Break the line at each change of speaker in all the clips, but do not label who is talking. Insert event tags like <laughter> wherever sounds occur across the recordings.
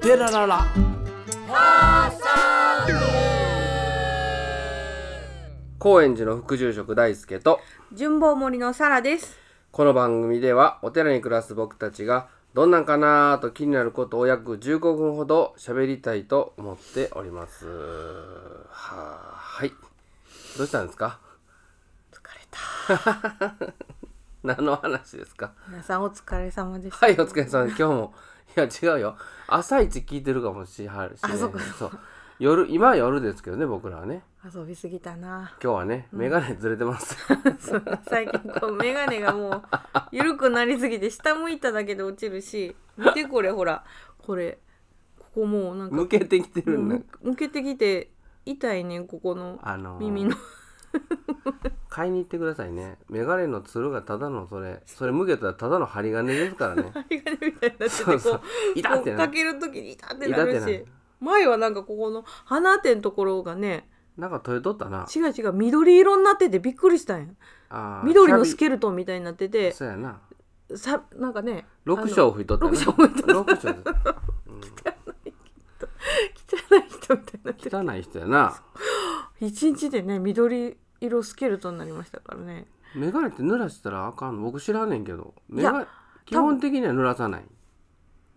テラララ
高円寺の副住職大輔と
順坊森のサラです。
この番組ではお寺に暮らす僕たちがどんなんかなーと気になることを約15分ほど喋りたいと思っておりますはーはいどうしたんですか疲れた何の話ですか
皆さんお疲れ様です。
はい、お疲れ様です。今日も。いや、違うよ。朝一聞いてるかもしれないし、ね。
あそっか
う夜、今は夜ですけどね、僕らはね。
遊びすぎたな。 <laughs>
今日はね、メガネずれてます。 <laughs>
そう最近こうメガネがもう緩くなりすぎて下向いただけで落ちるし、見てこれほら、これここもうなんか
向けてきてるんだ。
む向けてきて痛いねんここの
あのー
耳の。
買いに行ってくださいね。メガネのつるがただのそれ、それ向けたらただの針金ですから
<laughs>
ね。
針金みたいになってて
そ
こ
う
う
そう。痛って
こう
な
か
る。
ける時に痛ってなる
痛ってな
し
る
前はなんかここの鼻手のところがね
なんか取れとったな。
違う違う緑色になっててびっくりしたんや
あー
緑のス
シ
ケルトンみたいになって
ャビ
て
そうやな。
さなんかね
六章吹いとったな。
六章吹いとった
六章です
汚い人みたいになってる
汚い人やな。
一日でね緑色スケルトンになりましたからね
メガネって濡らしたらあかんの僕知らんねんけどメ
や
ガネ基本的には濡らさない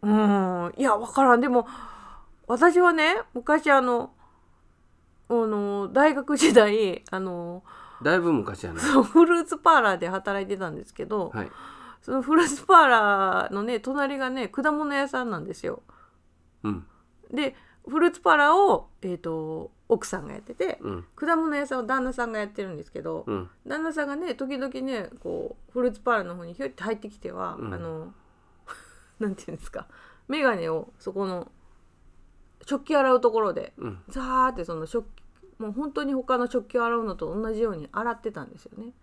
うんいやわからんでも私はね昔あのあの大学時代あの
だいぶ昔やな
そうフルーツパーラーで働いてたんですけど、
はい
そのフルーツパーラーのね隣がね果物屋さんなんですよ。
うん
でフルーツパーラーを、えー、と奥さんがやってて
うん
果物屋さんを旦那さんがやってるんですけど、
うん
旦那さんがね時々ねこうフルーツパーラーの方にひょいって入ってきては、
うん
あの <laughs> なんていうんですか眼鏡をそこの食器洗うところで
うん
ザーってその食器もう本当に他の食器を洗うのと同じように洗ってたんですよね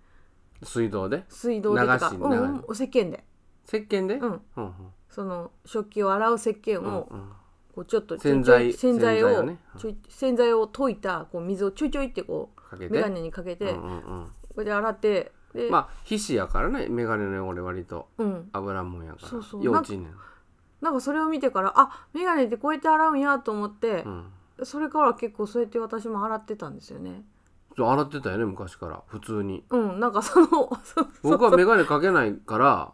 水道で
水道でとか、
流し
うんう
流
ん、お石鹸で、
石鹸で
う
うん
ん、
うん
その食器を洗う石鹸
うん
を
うん
こうちょっとちょ
洗
いちょ
剤
い洗剤
洗剤を
を
ね
ちょい洗剤を溶いたこう水をちょいちょいってこ
か
う
けて
眼鏡にかけて、
うん
こ
うんうん
れで洗ってで、
まあ皮脂やからねメガネの汚れ割と
うん、
油もんやから
そうそう
幼稚園ねん
なんかそれを見てからあ眼鏡ってこうやって洗うんやと思って
う、ん
それから結構そうやって私も洗ってたんですよね
そう洗ってたよね昔から普通に
うんなんかそのそう <laughs>
僕はメガネかけないから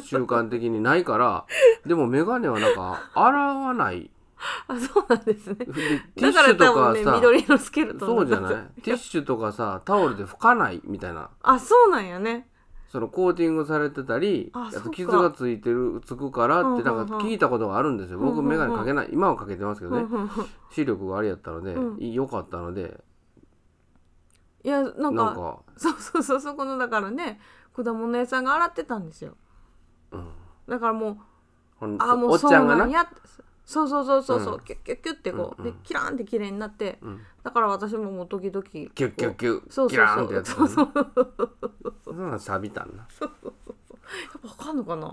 習慣的にないからでもメガネはなんか洗わない
あそうなんですね
でティッ
だか
シ
ら
ュと
多
か
分ね
さ
緑色スケルトン
そうじゃ
だった
ないティッシュとかさタオルで拭かないみたいな
あそうなんやね
そのコーティングされてたり
あ
あ
そっ
と
か
傷がついてるつくからって
うんうんう
なん
ん
か聞いたことがあるんですよ
うんう
僕
んうん
眼鏡かけない今はかけてますけ
う
ど
ん
ね
うんうん
視力があれやったので
うん
良かったので
いや
な
な
んん
か
か
そうそうそうそこのだからね果物屋さんが洗ってたんですよ
うん
だからもう
ほん
あも
お
う
っち
そう
ゃんがな
な
ん
やそうそうそうそうそう、
うん
キュッキュッキュッってこ
う
う、
んうん
でキラーンって綺麗になって
うん
だから私ももう時々キュ
キュッキュッキュ
そ
ッ
う
キ
そう
ラー
そ
ンってや
う
つ
そうそうやっ
そんなん錆びたんな
ぱわかんのかな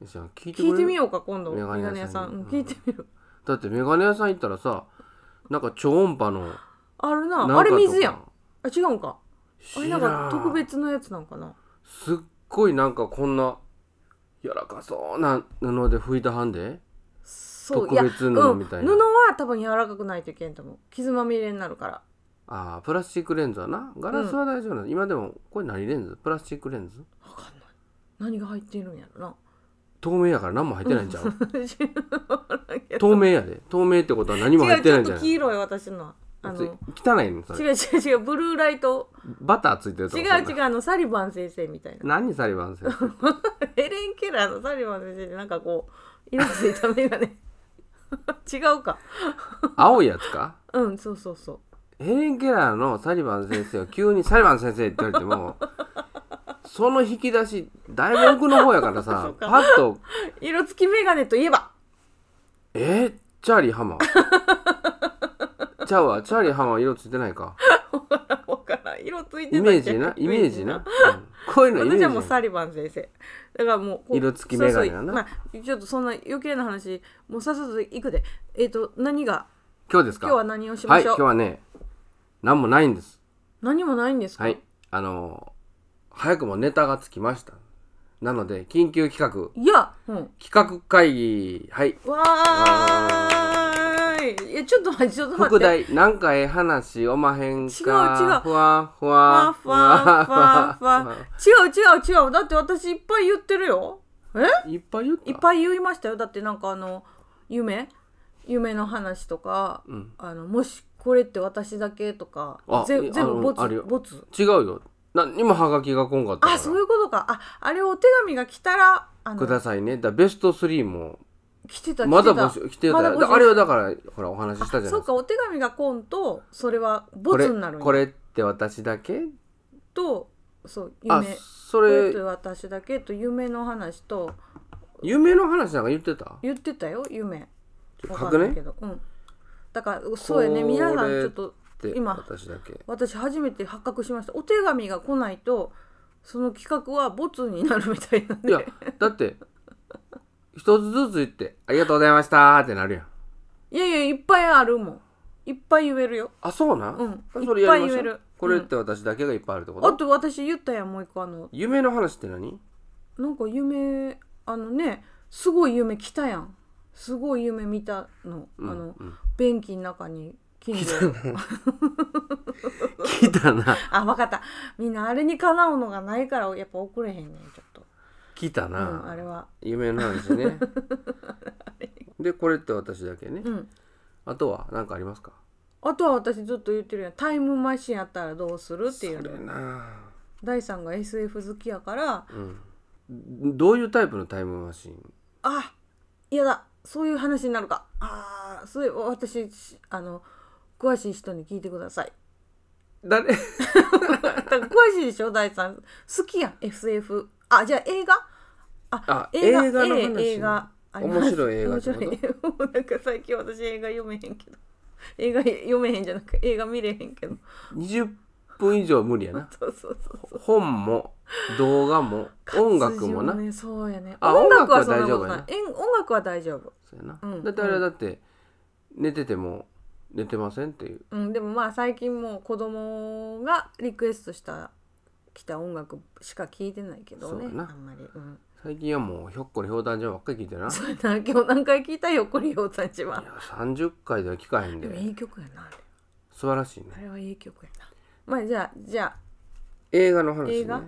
よし聞いてくれ
聞いてみ
よ
ようか今度
メ
メ
ガ
ガ
ネ
ネ
屋
屋
さ
さ
ん
ん、
に
うん聞いてみる
だって眼鏡屋さん行ったらさなんか超音波の
ある
なんかと
な
か
あれ水やんあ違うんかあれ
知
な
ら
んか特別のやつなんかな
すっごいなんかこんな柔らかそうな布で拭いたはんで
そう
特
いや
別布みたいな
うん、布は多分柔らかくないといけんと思う傷まみれになるから
ああプラスチックレンズはなガラスは大丈夫なの、今でもこれ何レンズプラスチックレンズ
わかんない何が入っているんやろな <laughs>
透明やから何も入ってないんちゃう
透
透明やで透明ってことは何も入ってないんじ
違
ゃな
うちょっと
い
黄色い私のあの違う
汚いのそれ
違う違うブルーライト
バターついてると
違う
思
違うあのサリバン先生みたいな
何サリバン先生
エレン・ケラーのサリバン先生でなんかこう色ついた目がね <laughs> 違うか
青いやつか
うんそうそうそう
ヘレン・ケラーのサリバン先生を急にサリバン先生って言われて
<laughs>
もその引き出しだいぶ奥の方やから
<laughs> そ
さ
うか
パッと
色付き眼鏡といえば
えー、チャーリー浜
<laughs>
ちゃうわチャーリー浜色ついてないか
わからん色ついて
イ
たっけ
メージなイメージな、うんこういうのイメー
私
ジ
は
な
もうサリバン先生だからもうこう
色付き眼鏡やな
そうそうまあ、ちょっとそんな余計な話もうさっさと行くでえっ、と何が
今日ですか
今日は何をし
は
ま
い
しょう、
今日はね何もないんです
何もないんですか、
はいあのー早くもネタがつきましたなので緊急企画
いや、うん、
企画会議はい
わーいいやちょっと待ってちょっと待
副
って
題なんかええ話おまへんか
違う違う
ふわふ
ふ
わ
わふわふわふわ違う違う違うだって私いっぱい言ってるよ
いっぱい言った
いっぱい言いましたよだってなんかあの夢夢の話とか、
うん
あのもしこれって私だけとか
あ
ぜ
い
全部
あの
ボツ
あるよ
ボツ
違うよ何にもハガキがこんかったから
あそういうことかああれお手紙が来たらあの
くださいねだベスト3も
来てた
まだ
来てた
募集来てた
まだ
よ
募集
だあれはだからほらお話ししたじゃない
そう
ですか
かお手紙がコンとそれはボ
これ
ツになるんや
これって私だけ
とそう
あ
夢
そ
これ
れ
と私だけと夢の話と
夢の話なんか言ってた
言ってたよ夢
ちょ
わ
書
か
く
んない
ね
けど、うん、だからそうや
こ
ね
れ
皆さんちょっと
って
今
私だけ
私初めて発覚しましたお手紙が来ないとその企画はボツになるみたいなん
い
で
やだって一つずつ言って「ありがとうございました」ってなるやん
いやいやいっぱいあるもんいっぱい言えるよ
あそうな
うん
それやりましょう
いっぱい言える
これって私だけがいっぱいあるってこ
あ
と
と私言ったやんもう一個あの
夢の話って何
なんか夢あのねすごい夢来たやんすごい夢見たの、
うん
あの
うん
便器の中に金
<laughs>
魚
聞いたな
あ分かったみんなあれにかなうのがないからやっぱ送れへんねんちょっと
聞いた
あ,、うん、あ
な
れは
夢の話
<laughs>
ねでこれって私だけね
うん
あとは何かありますか
あとは私ずっと言ってるやんタイムマシンあったらどうするっていう
それ
の
な
大さんが SF 好きやから
うんどういうタイプのタイムマシン
あ嫌だそういう話になるかああそれ私しあの詳しい人に聞いてください
誰
だから詳しいでしょ大さん好きやん SF あじゃあ映画
あ
映画
映画の話
ええ映画あります
面白い映画
面
って
白
こ
い <laughs>
と
もうなんか最近私映画読めへんけど映画読めへんじゃなく映画見れへんけど
20分以上無理やな
そうそう <laughs> そう
本も動画も音楽もな
活字ねそうやね
あ
音楽はそんなこ
音楽
と
は
ない
大
えん音楽は大丈夫
そうやな、
うん
だってあれはだって寝てても寝てませんっていう
うんでもまあ最近もう子供がリクエストした来た音楽しか聞いてないけど
そう
ね
やな
あんまりうん
最近はもうひょっこりひょうたんじゃばっかり聞いてるない
それな今日何回聞いたよこりようさんちは
や30回では聞かへん
でも
で
いい曲やなあれ
素晴らしい
あ
ね
れはいい曲やなまあじゃあじゃあ
映画の話ね
映画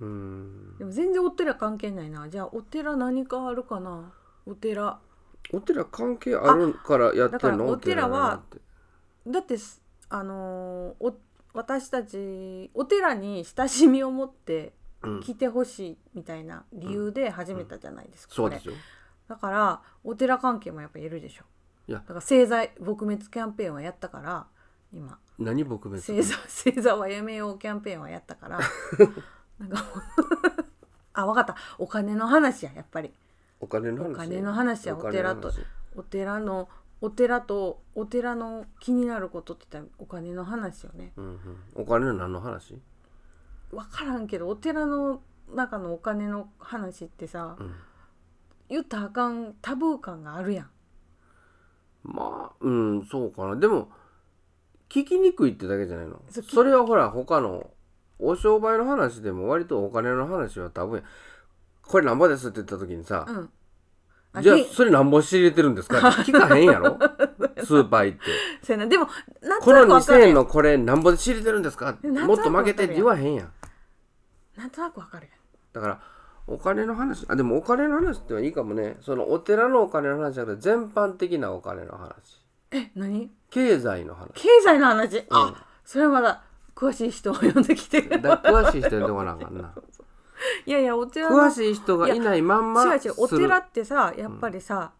うーん
でも全然お寺関係ないなじゃあお寺何かあるかなお寺
お寺関係あるからやって
だか
ん
ら
の
お寺は
お寺
だってすあのーお私たちお寺に親しみを持って
なんてうん
来てほしいみたいな理由で始めたじゃないですか、
そう
これ
ですよ
だからお寺関係もやっぱいるでしょ
いや
だから政財撲滅キャンペーンはやったから今
何撲滅
星座 <laughs> 星座はやめようキャンペーンはやっ
<laughs>
たからなんかもう <laughs> あわかったお金の話ややっぱり
お金の話
お金の話や
お金の話
お寺とお寺のお寺とお寺の気になることって言ったらお金の話よね
うんうん、お金の何の話、
分からんけどお寺の中のお金の話ってさ
うん、
言ったらあかんタブー感があるやん
まあうんそうかなでも聞きにくいってだけじゃないの
そう聞き
それはほら他のお商売の話でも割とお金の話は多分これなんぼですって言った時にさ
う、んあ
じゃあ
ひ
それなんぼ仕入れてるん <laughs> ですかって聞かへんやろスーパー行って
せやなでもなんと
この
なくわ
2000
かる
円
やん
のこれなんぼで仕入れてるんですか
なんとなく
もっと負けてって言わへんやん
なんとなくわかる
だからお金の話あでもお金の話ってはいいかもねそのお寺のお金の話じゃなくて全般的なお金の話
やんえ何
経済の話
経済の話、あそれはまだ詳しい人を呼んできてる
だ詳しい人にどこなんかな
<laughs> いやいやお寺の
詳しい人がいないまんま
違う違うお
する
寺ってさやっぱりさ、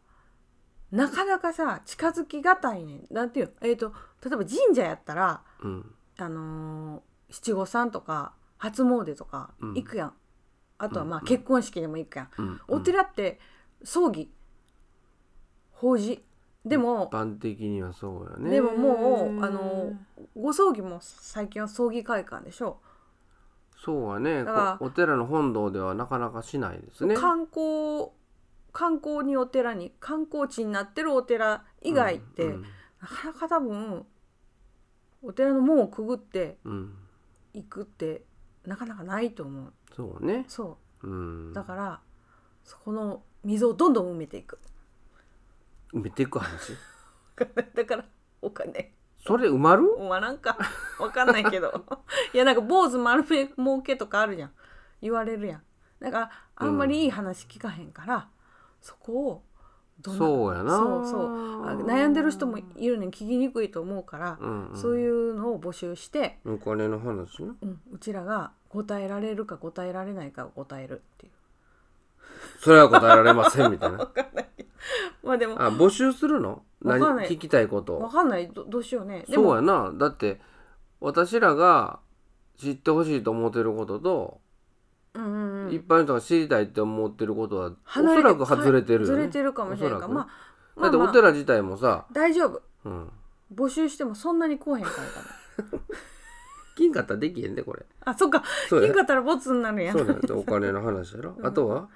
なかなかさ近づきがたいねんなんていうのえー、と例えば神社やったら、
うん
あのー七五三とか初詣とか
うん
行くやん、あとはまあ
うん
結婚式でも行くやん、
うん
お寺って葬儀法事でも
一、般的にはそうよね
でももうあのご葬儀も最近は葬儀会館でしょ、
そうはね
だから
こお寺の本堂ではなかなかしないですね
観光観光にお寺に観光地になってるお寺以外って、
うん
なかなか多分お寺の門をくぐって
うんうん
行くってなかなかないと思う
そうね
そ
うん
だからそこの溝をどんどん埋めていく <laughs>
埋めていく話
だからお金
それ埋まる
まあなんかわかんないけど <laughs> いやなんか坊主丸め儲けとかあるじゃん言われるやんだからあんまりいい話聞かへんから、そこをどな
そうやな
そうそうあ悩んでる人もいるねん聞きにくいと思うから、
うんうん
そういうのを募集して、
お金の話ね
うん、うちらが答えられるか答えられないかを答えるっていう
それは答えられませんみたい
<laughs>
な
まあでも
あ募集するの
わかんない
何聞きたいこと
わ
を
かんないどどうしようねで
そう
も
やなだって私らが知ってほしいと思ってることと、
うんうんうん
一般の人が知りたいって思ってることはお
離れ
そ
て
らく外れてるよね
ずれてるかもしれない
おそ
から、
くね
まあま
だ
あ、
ってお
まあ、
寺自体もさ、
大丈夫
うん、
募集してもそんなに来おへん
<laughs>
から多分
金買ったらできへんでこれ
あ、そっか。
そうや
金買ったらボツになるや。
そうんなんだお金の話やろ、あとは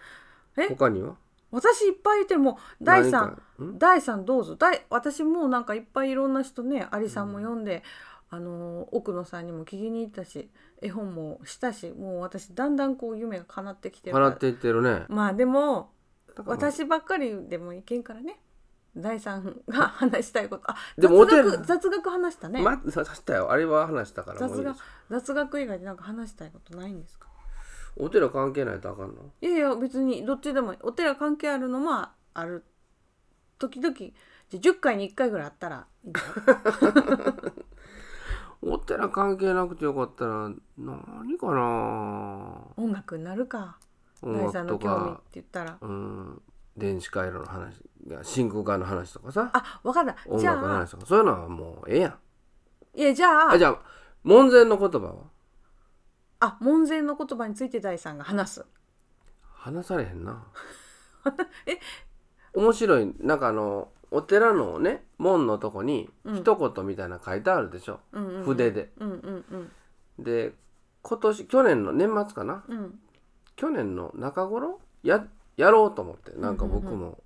え
他には
私いっぱいいてもう第
何
三
かうん
第三どうぞ。第私もうなんかいっぱいいろんな人ね、アリさんも読んで、あのー奥野さんにも聞きに行ったし、絵本もしたし、もう私だんだんこう夢が叶ってきてるから
払っていってるね
まあでも
だから
私ばっかりでもいけんからね。第三が話したいこと。あ、
でもお
雑
寺
学雑学話したね。
ま話したよあれは話したからもうい
雑
いで
学
す
雑学以外でなんか話したいことないんですか。
お寺関係ないとあかんの
いやいや別にどっちでもいいお寺関係あるのもある時々じゃあ10回に1回ぐらいあったらいいんだよ
お寺関係なくてよかったら何かな <laughs>
音楽になるか
音
大さん
楽と
の興味って
か
言ったら
うん電子回路の話が真空管の話とかさ
あ分かった
音
じゃ
楽の
あ
話とかそういうのはもうええやん
いやじゃ
あ
あ
じゃあ門前の言葉は
あ門前の言葉について大さんが話す
話されへん
<laughs>
な面白いなんかあのお寺のね門のとこに
うん
一言みたいなの書いてあるでしょ、
うんうんうん
筆で
うんうんうん
で今年去年の年末かな
うん
去年の中頃ややろうと思ってなんか僕
うんうん
も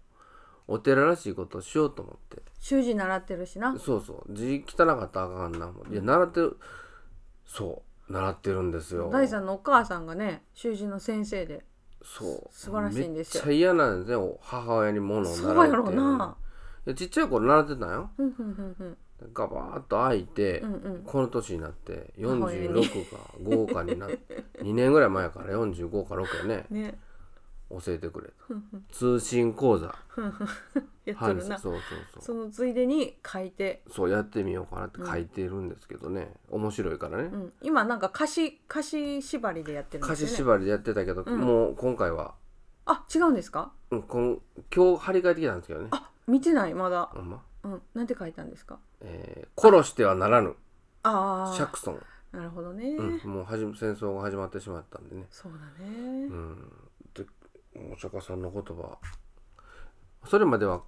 お寺らしいことをしようと思って、
習字習ってるしな
そうそう字汚かったらあかんな思っていや習ってるそう習ってるんですよ
大さんのお母さんがね習字の先生で
そう
素晴らしいんですよ
めっちゃ嫌なんですよ母親に物を習
そうや
うっ
ろう
ていうのが
ない
やちっちゃい頃習ってたんよ
うんうんうん
ガバーッと開いて、
うんうん
この年になって
母親に
46か5かになって
<laughs>
2年ぐらい前から45か6やね
うんね
教えてくれと
ふんふん
通信講座
やっ
は
て
い
る
そう
な
そうそう
そのついでに書いて
そうやってみようかなって書いてるんですけどね、面白いからね、
うん、今なんか歌詞歌詞縛りでやってるん
歌
です
詞
よね。
縛りでやってたけど、
うん
もう今回は、
あ違うんですか？
うん、こん今日張り替えてきたんですけどね
あ見てないまだ。
ほんま、
うんなんて書いたんですか？
えー殺してはならぬ
あ
シャ
あ
クソン、
なるほどね。
うん、もうはじめ戦争が始まってしまったんでね
そうだ
う
ね。
ん、でお釈迦さんの言葉それまでは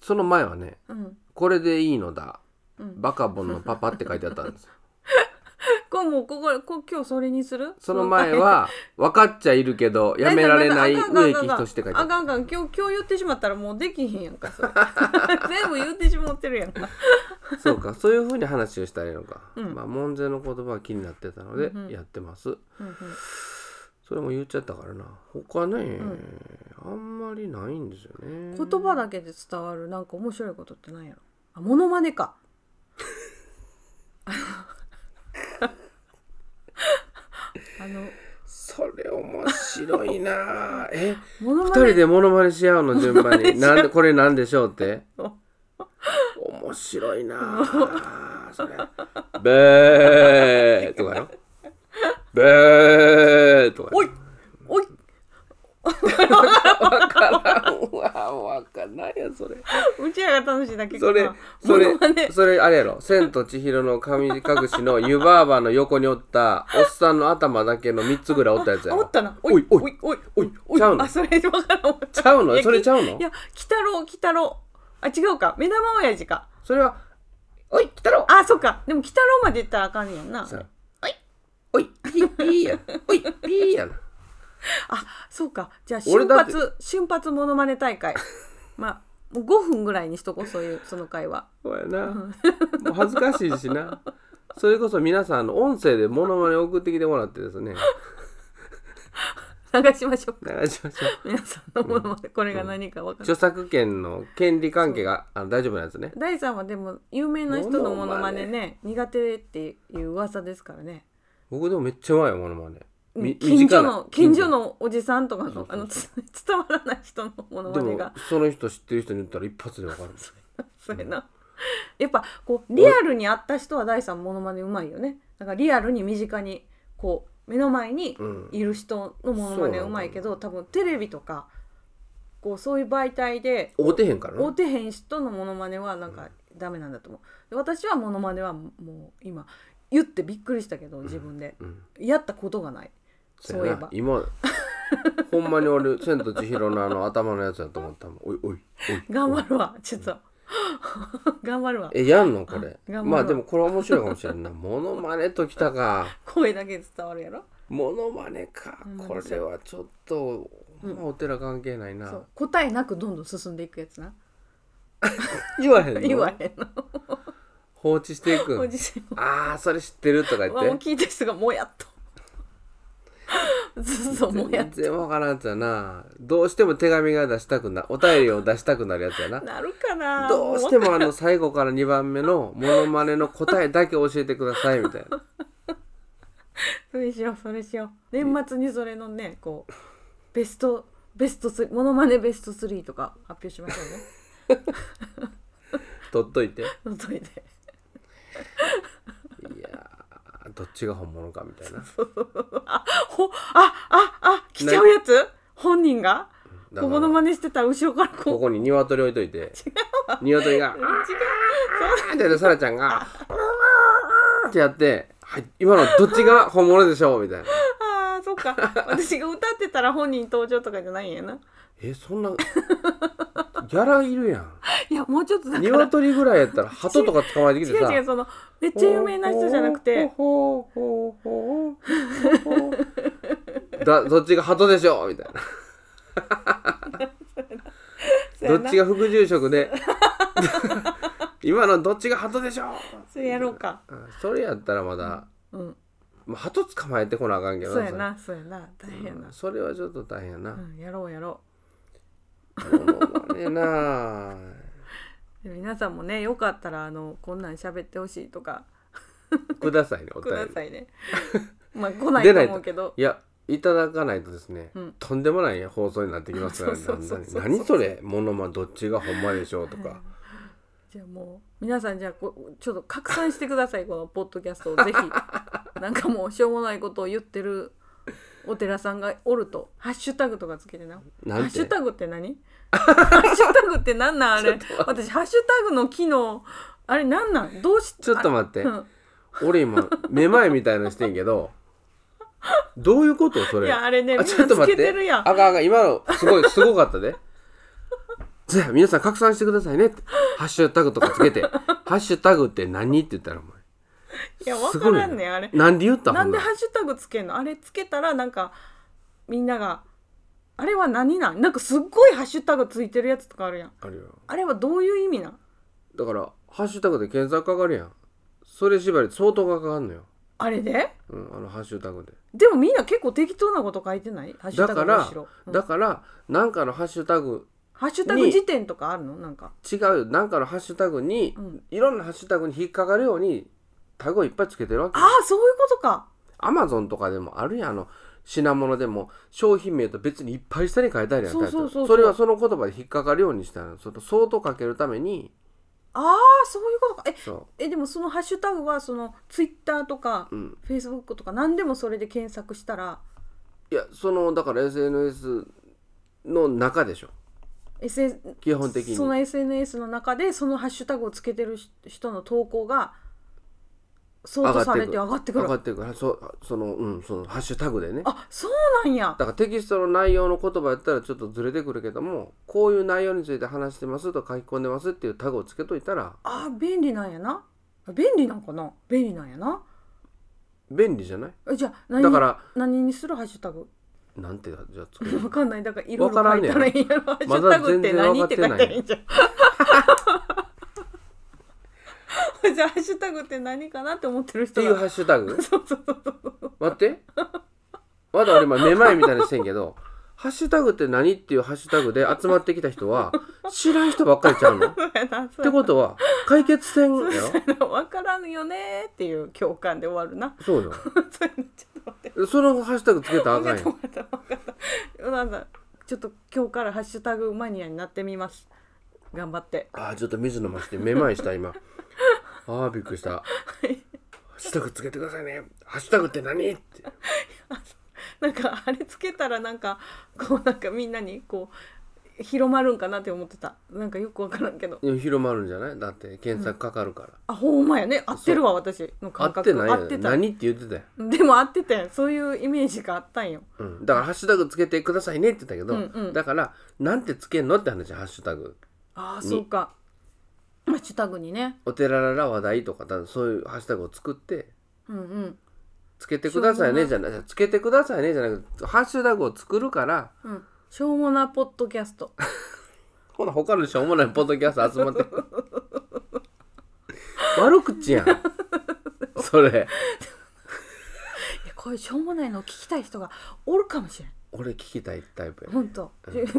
その前はね
うん
「これでいいのだ
うん。
バカボンのパパ」って書いてあったんです
これもうこここ今日 <laughs> それにする？
その前は「分かっちゃいるけどやめられない
大体
植
ん
木
か
として書いてあ
あ
った
かんあかんあかんあかん今日今日言ってしまったらもうできへんやんかそれ。 <laughs> 全部言ってしまってるやんか。
そうかそういうふうに話をしたらいいのか、
うん
まあ門前の言葉は気になってたので
うんうん
やってます、
うんうん
それも言っちゃったからな他ね、あんまりないんですよね
言葉だけで伝わるなんか面白いことってなんやろあモノマネかあの
それ面白いな <laughs> あえ
モノ
二
マネ
人でモノマネし合うの順番に「
モノマネし合う
なんでこれなんでしょう?」 <laughs> って
そう
面白いなあそれ「べー」とかよ「べー」とか <laughs>
おいおい
分からんわ分からんないやそれ
うちらが楽しいだけか
そ
<laughs>
れ
な
そ
モノマネ
れそれあれやろ「千と千尋の神隠し」の湯婆婆の横におったおっさんの頭だけの3つぐらいおったやつや
あおっ
ろ
たな
おいおい
おいおい
おいちゃうの
あそれ分からん
ちゃうの
いや
それちゃうの
いや鬼太郎鬼太郎あ違うか目玉親父か
それは「おい来たろ!」
あそっかでも鬼太郎まで言ったらあかんやんな
さ
おい
おいピーピーやおいピーやな
あそうかじゃあ
俺
瞬
だって
発瞬発モノマネ大会 <laughs> まあもう5分ぐらいにしとこうそういうその会は
そうやなもう恥ずかしいしな
<laughs>
それこそ皆さんあの音声でモノマネ送ってきてもらってですね
流しましょうか <laughs>
流しましょ
皆さんのものまでこれが何か分
う
かんない
著作権の権利関係があの大丈夫なんですね
大さんはでも有名な人のモノマネ
モ
ね苦手っていう噂ですからね
僕でもめっちゃうまいよモノマネみ
近所
短
の
い
近所のおじさんとか
そう
の
そう
あのつ <laughs> 伝わらない人のモノ
で
マネ
も
が
その人知ってる人に言ったら一発でわかるんです
それなやっぱこうリアルに会った人は大さんモノマネうまいよねだからリアルに身近にこう目の前に
うん
いる人のモノマネうまいけど多分テレビとかこうそういう媒体で
会うてへんから
大
ね
手編人のモノマネはなんかダメなんだと思うで私はモノマネはもう今言ってびっくりしたけど自分で
うん
やったことがないそういえば
今 <laughs> ほんまに俺「千と千尋」のあの頭のやつだと思ったもんおいおいおい
頑張るわちょっと <laughs> 頑張るわ
えやんのこれ
頑張ろう
まあでもこれは面白いかもしれんなモノマネときたか
声だけで伝わるやろ
モノマネか
モノマネ
これはちょっと、
うん
まあお寺関係ない
そ
な
う答えなくどんどん進んでいくやつな
言わへんの
言わへんの
放置していく
お
ん
じさん
ああそれ知ってるとか言
はもう
って
聞いた人がもやっ
<laughs>
とずっともやっ
全然わからんやつやなどうしても手紙が出したくなお便りを出したくなるやつやな
となるかな
どうしてもあの最後から2番目のモノマネの答えだけ教えてくださいみたい
<laughs>
な
それしようそれしよう年末にそれのねこうベストベスト3モノマネベスト3とか発表しましょ
<laughs>
うね
取っといてい
覗いて
やーどっちが本物かみたいな
ほあああ来ちゃうやつ本人が
だか
こモノマ
ら
ネしてたら後ろから
こ
こ
こに鶏置いといて鶏が「あ
う違う
ーってやってサラちゃんが「うわーってやって「はい今のどっちが本物でしょう」みたいな
あーそっか私が歌ってたら本人登場とかじゃないんやな
えそんなギャラいるやん
いやもうちょっと <laughs> だから
鶏ぐらいやったら鳩とか捕まえてき
違
てさ
う違うそのめっちゃ有名な人じゃなくて
ほうほうほうほうほ
<laughs>
うだどっちが鳩でしょみたいなどっち
が
が副住職で今のどっちが鳩でしょ
それやろうか
うんそれやったらまだ、
うん
まあ、鳩捕まえてこなあかんけど
そうやなそうやな大変やな
それはちょっと大変やな、
うんやろうやろう
あれ
<laughs>
なあ
で皆さんもねよかったらあのこんなん喋ってほしいとか
くださいねお
く
便
だ
り
さいね <laughs> まあ来ないと思うけど
いやいただかないとですね、
うん
とんでもない放送になってきますから
<laughs> そうそうそうそ
だ
う
んだん何それモノマどっちがほんまでしょうと
<laughs>
か、
じゃあもう皆さんじゃあこうちょっと拡散してくだ <laughs> さいこのポッドキャストをぜひなんかもうしょうもないことを言ってるお寺さんがおるとハッシュタグとかつけてな
な
ハッ
ん
シ
て
ュタグって何ハッシュタグって何なんあれ私ハッシュタグの機能あれ何なんどうし
ちょっと待って、
うん
俺今めまいみたいなのしてんけ
<laughs>
どどういうことそれ
いやあれね
あちょっと待っ
みんなつけ
て
てるやん
あかんあかん今のすごいすごかったで <laughs> じゃあ皆さん拡散してくださいねってハッシュタグとかつ
<laughs>
けて「ハッシュタグって何?」って言ったらお前
いや
す
分か
ごい
らんねんあれ
なんで言った
なんで
ほ
ハッシュタグつけんのあれつけたらなんかみんなが「あれは何なん?」なんかすっごいハッシュタグついてるやつとかあるやん
あるよ
あれはどういう意味なん
だからハッシュタグで検索かかるやんそれ縛り相当がかかんのよ、
あれで
うん、あのハッシュタグで
でもみんな結構適当なこと書いてないハッシュ
だ
タ
か
グの
ら
後ろ、うん
だからなんかのハッシュタグ
ハッシュタグ辞典とかあるのなんか
違うよなんかのハッシュタグに、
うん
いろんなハッシュタグに引っかかるようにタグをいっぱいつけてるわけ
ああそういうことか
アマゾンとかでもあるやんあの品物でも商品名と別にいっぱい下に書いてあるやん
そうそう
タイト
そうそ
ルそれ
う
はその言葉で引っかかるようにしたのその相当かけるために
ああそういうことかえ
そ
えでもそのハッシュタグはそのツイッターとか
ううん
フェイスブックとか何でもそれで検索したら
いやそのだから SNS の中でしょ
SNS
基本的に
その SNS の中でそのハッシュタグをつけてるし人の投稿が相当されて上がってく
上
る
がってくるそそのうんそのハッシュタグでねだ
あそうなんや
からテキストの内容の言葉やったらちょっとずれてくるけどもこういう内容について話してますとか書き込んでますっていうタグをつけといたら
あ便利なんやな便利なんかな便利なんやな
便利じゃない
えじゃあ何
だから
何にするハッシュタグ <laughs>
なんてじゃあつける
わかんないだからいろい
わ
ろ
から
書
ん
い
ねや
たらいいやろハッシュタグって何
まだ
って
全
書
然わかってない
いたらいいんじゃん <laughs> じゃあハッシュタグって何かなって思ってる
って
人 <laughs>
いう
が
ハッシュタグ
そうそうそうそう
待って待まだ俺今めまいみたいにしてんけど「ハッシュタグって何?」っていうハッシュタグで集まってきた人は知らん人ばっかりちゃうのっ
そうやな
て
そうや
ことは解決せんやろ
<laughs> な分からんよねーっていう共感で終わるな <laughs>
そうよ
そうやなちょっと待って
そのハッシュタグつけたらあかん
分か
よ
った分かった分かったちょっと今日からハッシュタグマニアになってみます頑張って <laughs>
あーちょっと水飲ましてめまいした今あーびっくりした「
い
ハッシュタグつけてくださいねハッシュタグって何?」って
なんかあれつけたらなんかこうなんかみんなにこう広まるんかなって思ってたなんかよく分からんけど
いや広まるんじゃないだって検索かかるから、
あほんまやね合ってるわ私の
合
感
っ
覚
てないよ
た
何って言ってたよ、
でも合ってたよそういうイメージがあったんよ
うん、だから「ハッシュタグつけてくださいね」って言ったけど、
うんうん
だから「なんてつけんの?」って話ハッシュタグ
ああそうかハッシュタグにね
お寺らら話題とかだそういうハッシュタグを作って
うんうん
「つけてくださいね」
し
じゃなくつけてくださいね」じゃなくてハッシュタグを作るから
うんしょうもなポッドキャスト
ほな他のしょうもないポッドキャスト集まって悪口やんそれ
いやこういうしょうもないのを聞きたい人がおるかもしれん
俺聞きたいタイプやね
本当、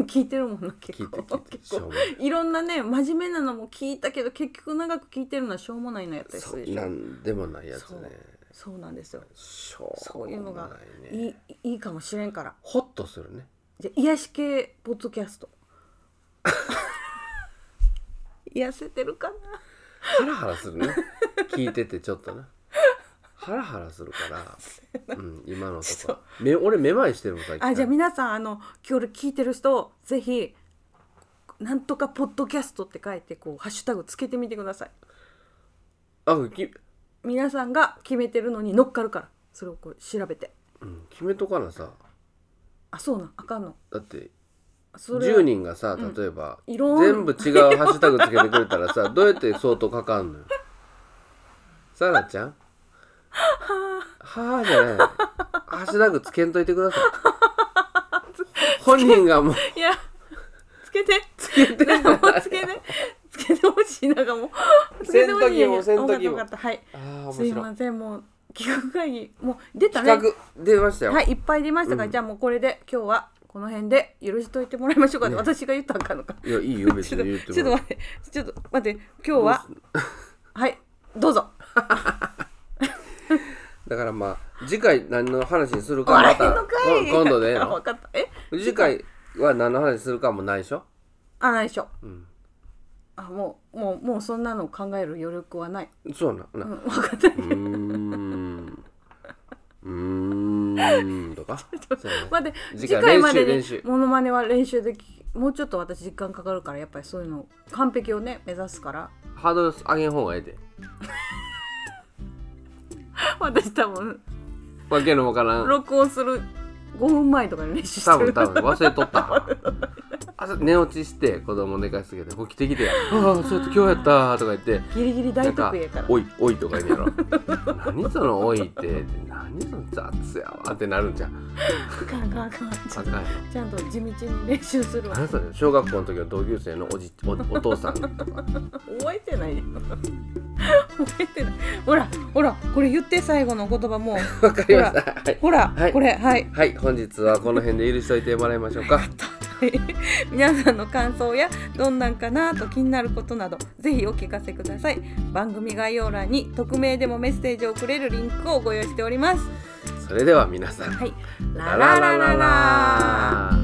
聞いてるもんな結
聞い
構
て聞いて
結
しょう
構
もない
いろんなね真面目なのも聞いたけど結局長く聞いてるのはしょうもないのやったりす
そ
る
う
でし
な
ょ
んでもないやつね
そうなんですよ
しょ
そういうの
もな
が
いね
いいいいかもしれんから
ホッとするね
じゃあ癒し系ポッドキャスト <laughs> 癒せてるかな
ハラハラするね聞いててちょっとなハラハラするから、うん、今のとこめ俺めまいしてるもんさっきから
あじゃあ皆さんあの今日聞いてる人ぜひなんとかポッドキャストって書いてこうハッシュタグつけてみてください
あき、
皆さんが決めてるのに乗っかるからそれをこう調べて
うん、決めとかなさ
あそうなんあかんの
だって
それ
10人がさ例えば、
いろん
全部違うハッシュタグつけてくれたら
<laughs>
さどうやって相当かかんのよさらちゃんはあじゃないハッシュタグつけんといてく
<laughs>
ださい本人がもう
いやつけてつけてもうつけてつけてほしいなんかもうつけてほしいよ
<laughs> せんときも
わかったわかったはい
あー面
すい
白い
ませんもう企画会議もう出たね
企画出ましたよ、
はいいっぱい出ましたから、じゃあもうこれで今日はこの辺で許しといてもらいましょうか、ね、私が言ったんかのか
いやいいよ別
ちょっ
に
と
言って
ちょ
も
っと待ってちょっと待って今日ははいどうぞ
だからまあ次回何の話にする
お
か
笑
ま
いの
た
会
こ今度でええ
分
の
かったえ
次回は何の話するかもないでしょ
あないでしょ、
ん
あもうもうもうそんなの考える余力はない、
そうな
う、
なん
分
<laughs>
かった
うーんうーんとかそうね
待って
次
次
回
回まで
練
に
習練習
モノマネは練習できもうちょっと私時間かかるからやっぱりそういうの完璧をね目指すから
<laughs>
<laughs>
ハードル上げん方がええで
私多分
わけのわからん
録音する5分前とかに練習し
多
てる
分多分忘れとった <laughs> 朝寝落ちして子供寝かしつけて起きてきて「ああそうやって今日やった」とか言って
ギリギリ
な
大
んか
得意やから
おいおい」とか言うやろ <laughs> 何その「おい」って何その雑やわってなるんじゃん
あかんあかんあかんちゃ
あ
んと
かんやろ
ちゃんと地道に練習するわ
何それ小学校の時の同級生のおじおお父さんとか
覚えてないよ <laughs> 覚えてないほらほらこれ言って最後の言葉も
<laughs>
う
わかりましたはい
ほら、
はい
これはい
はい、本日はこの辺で許しといてもらいましょうか。
<laughs> 皆さんの感想やどんなんかなと気になることなどぜひお聞かせください番組概要欄に匿名でもメッセージをくれるリンクをご用意しております
それでは皆さん、
はい
ラララララ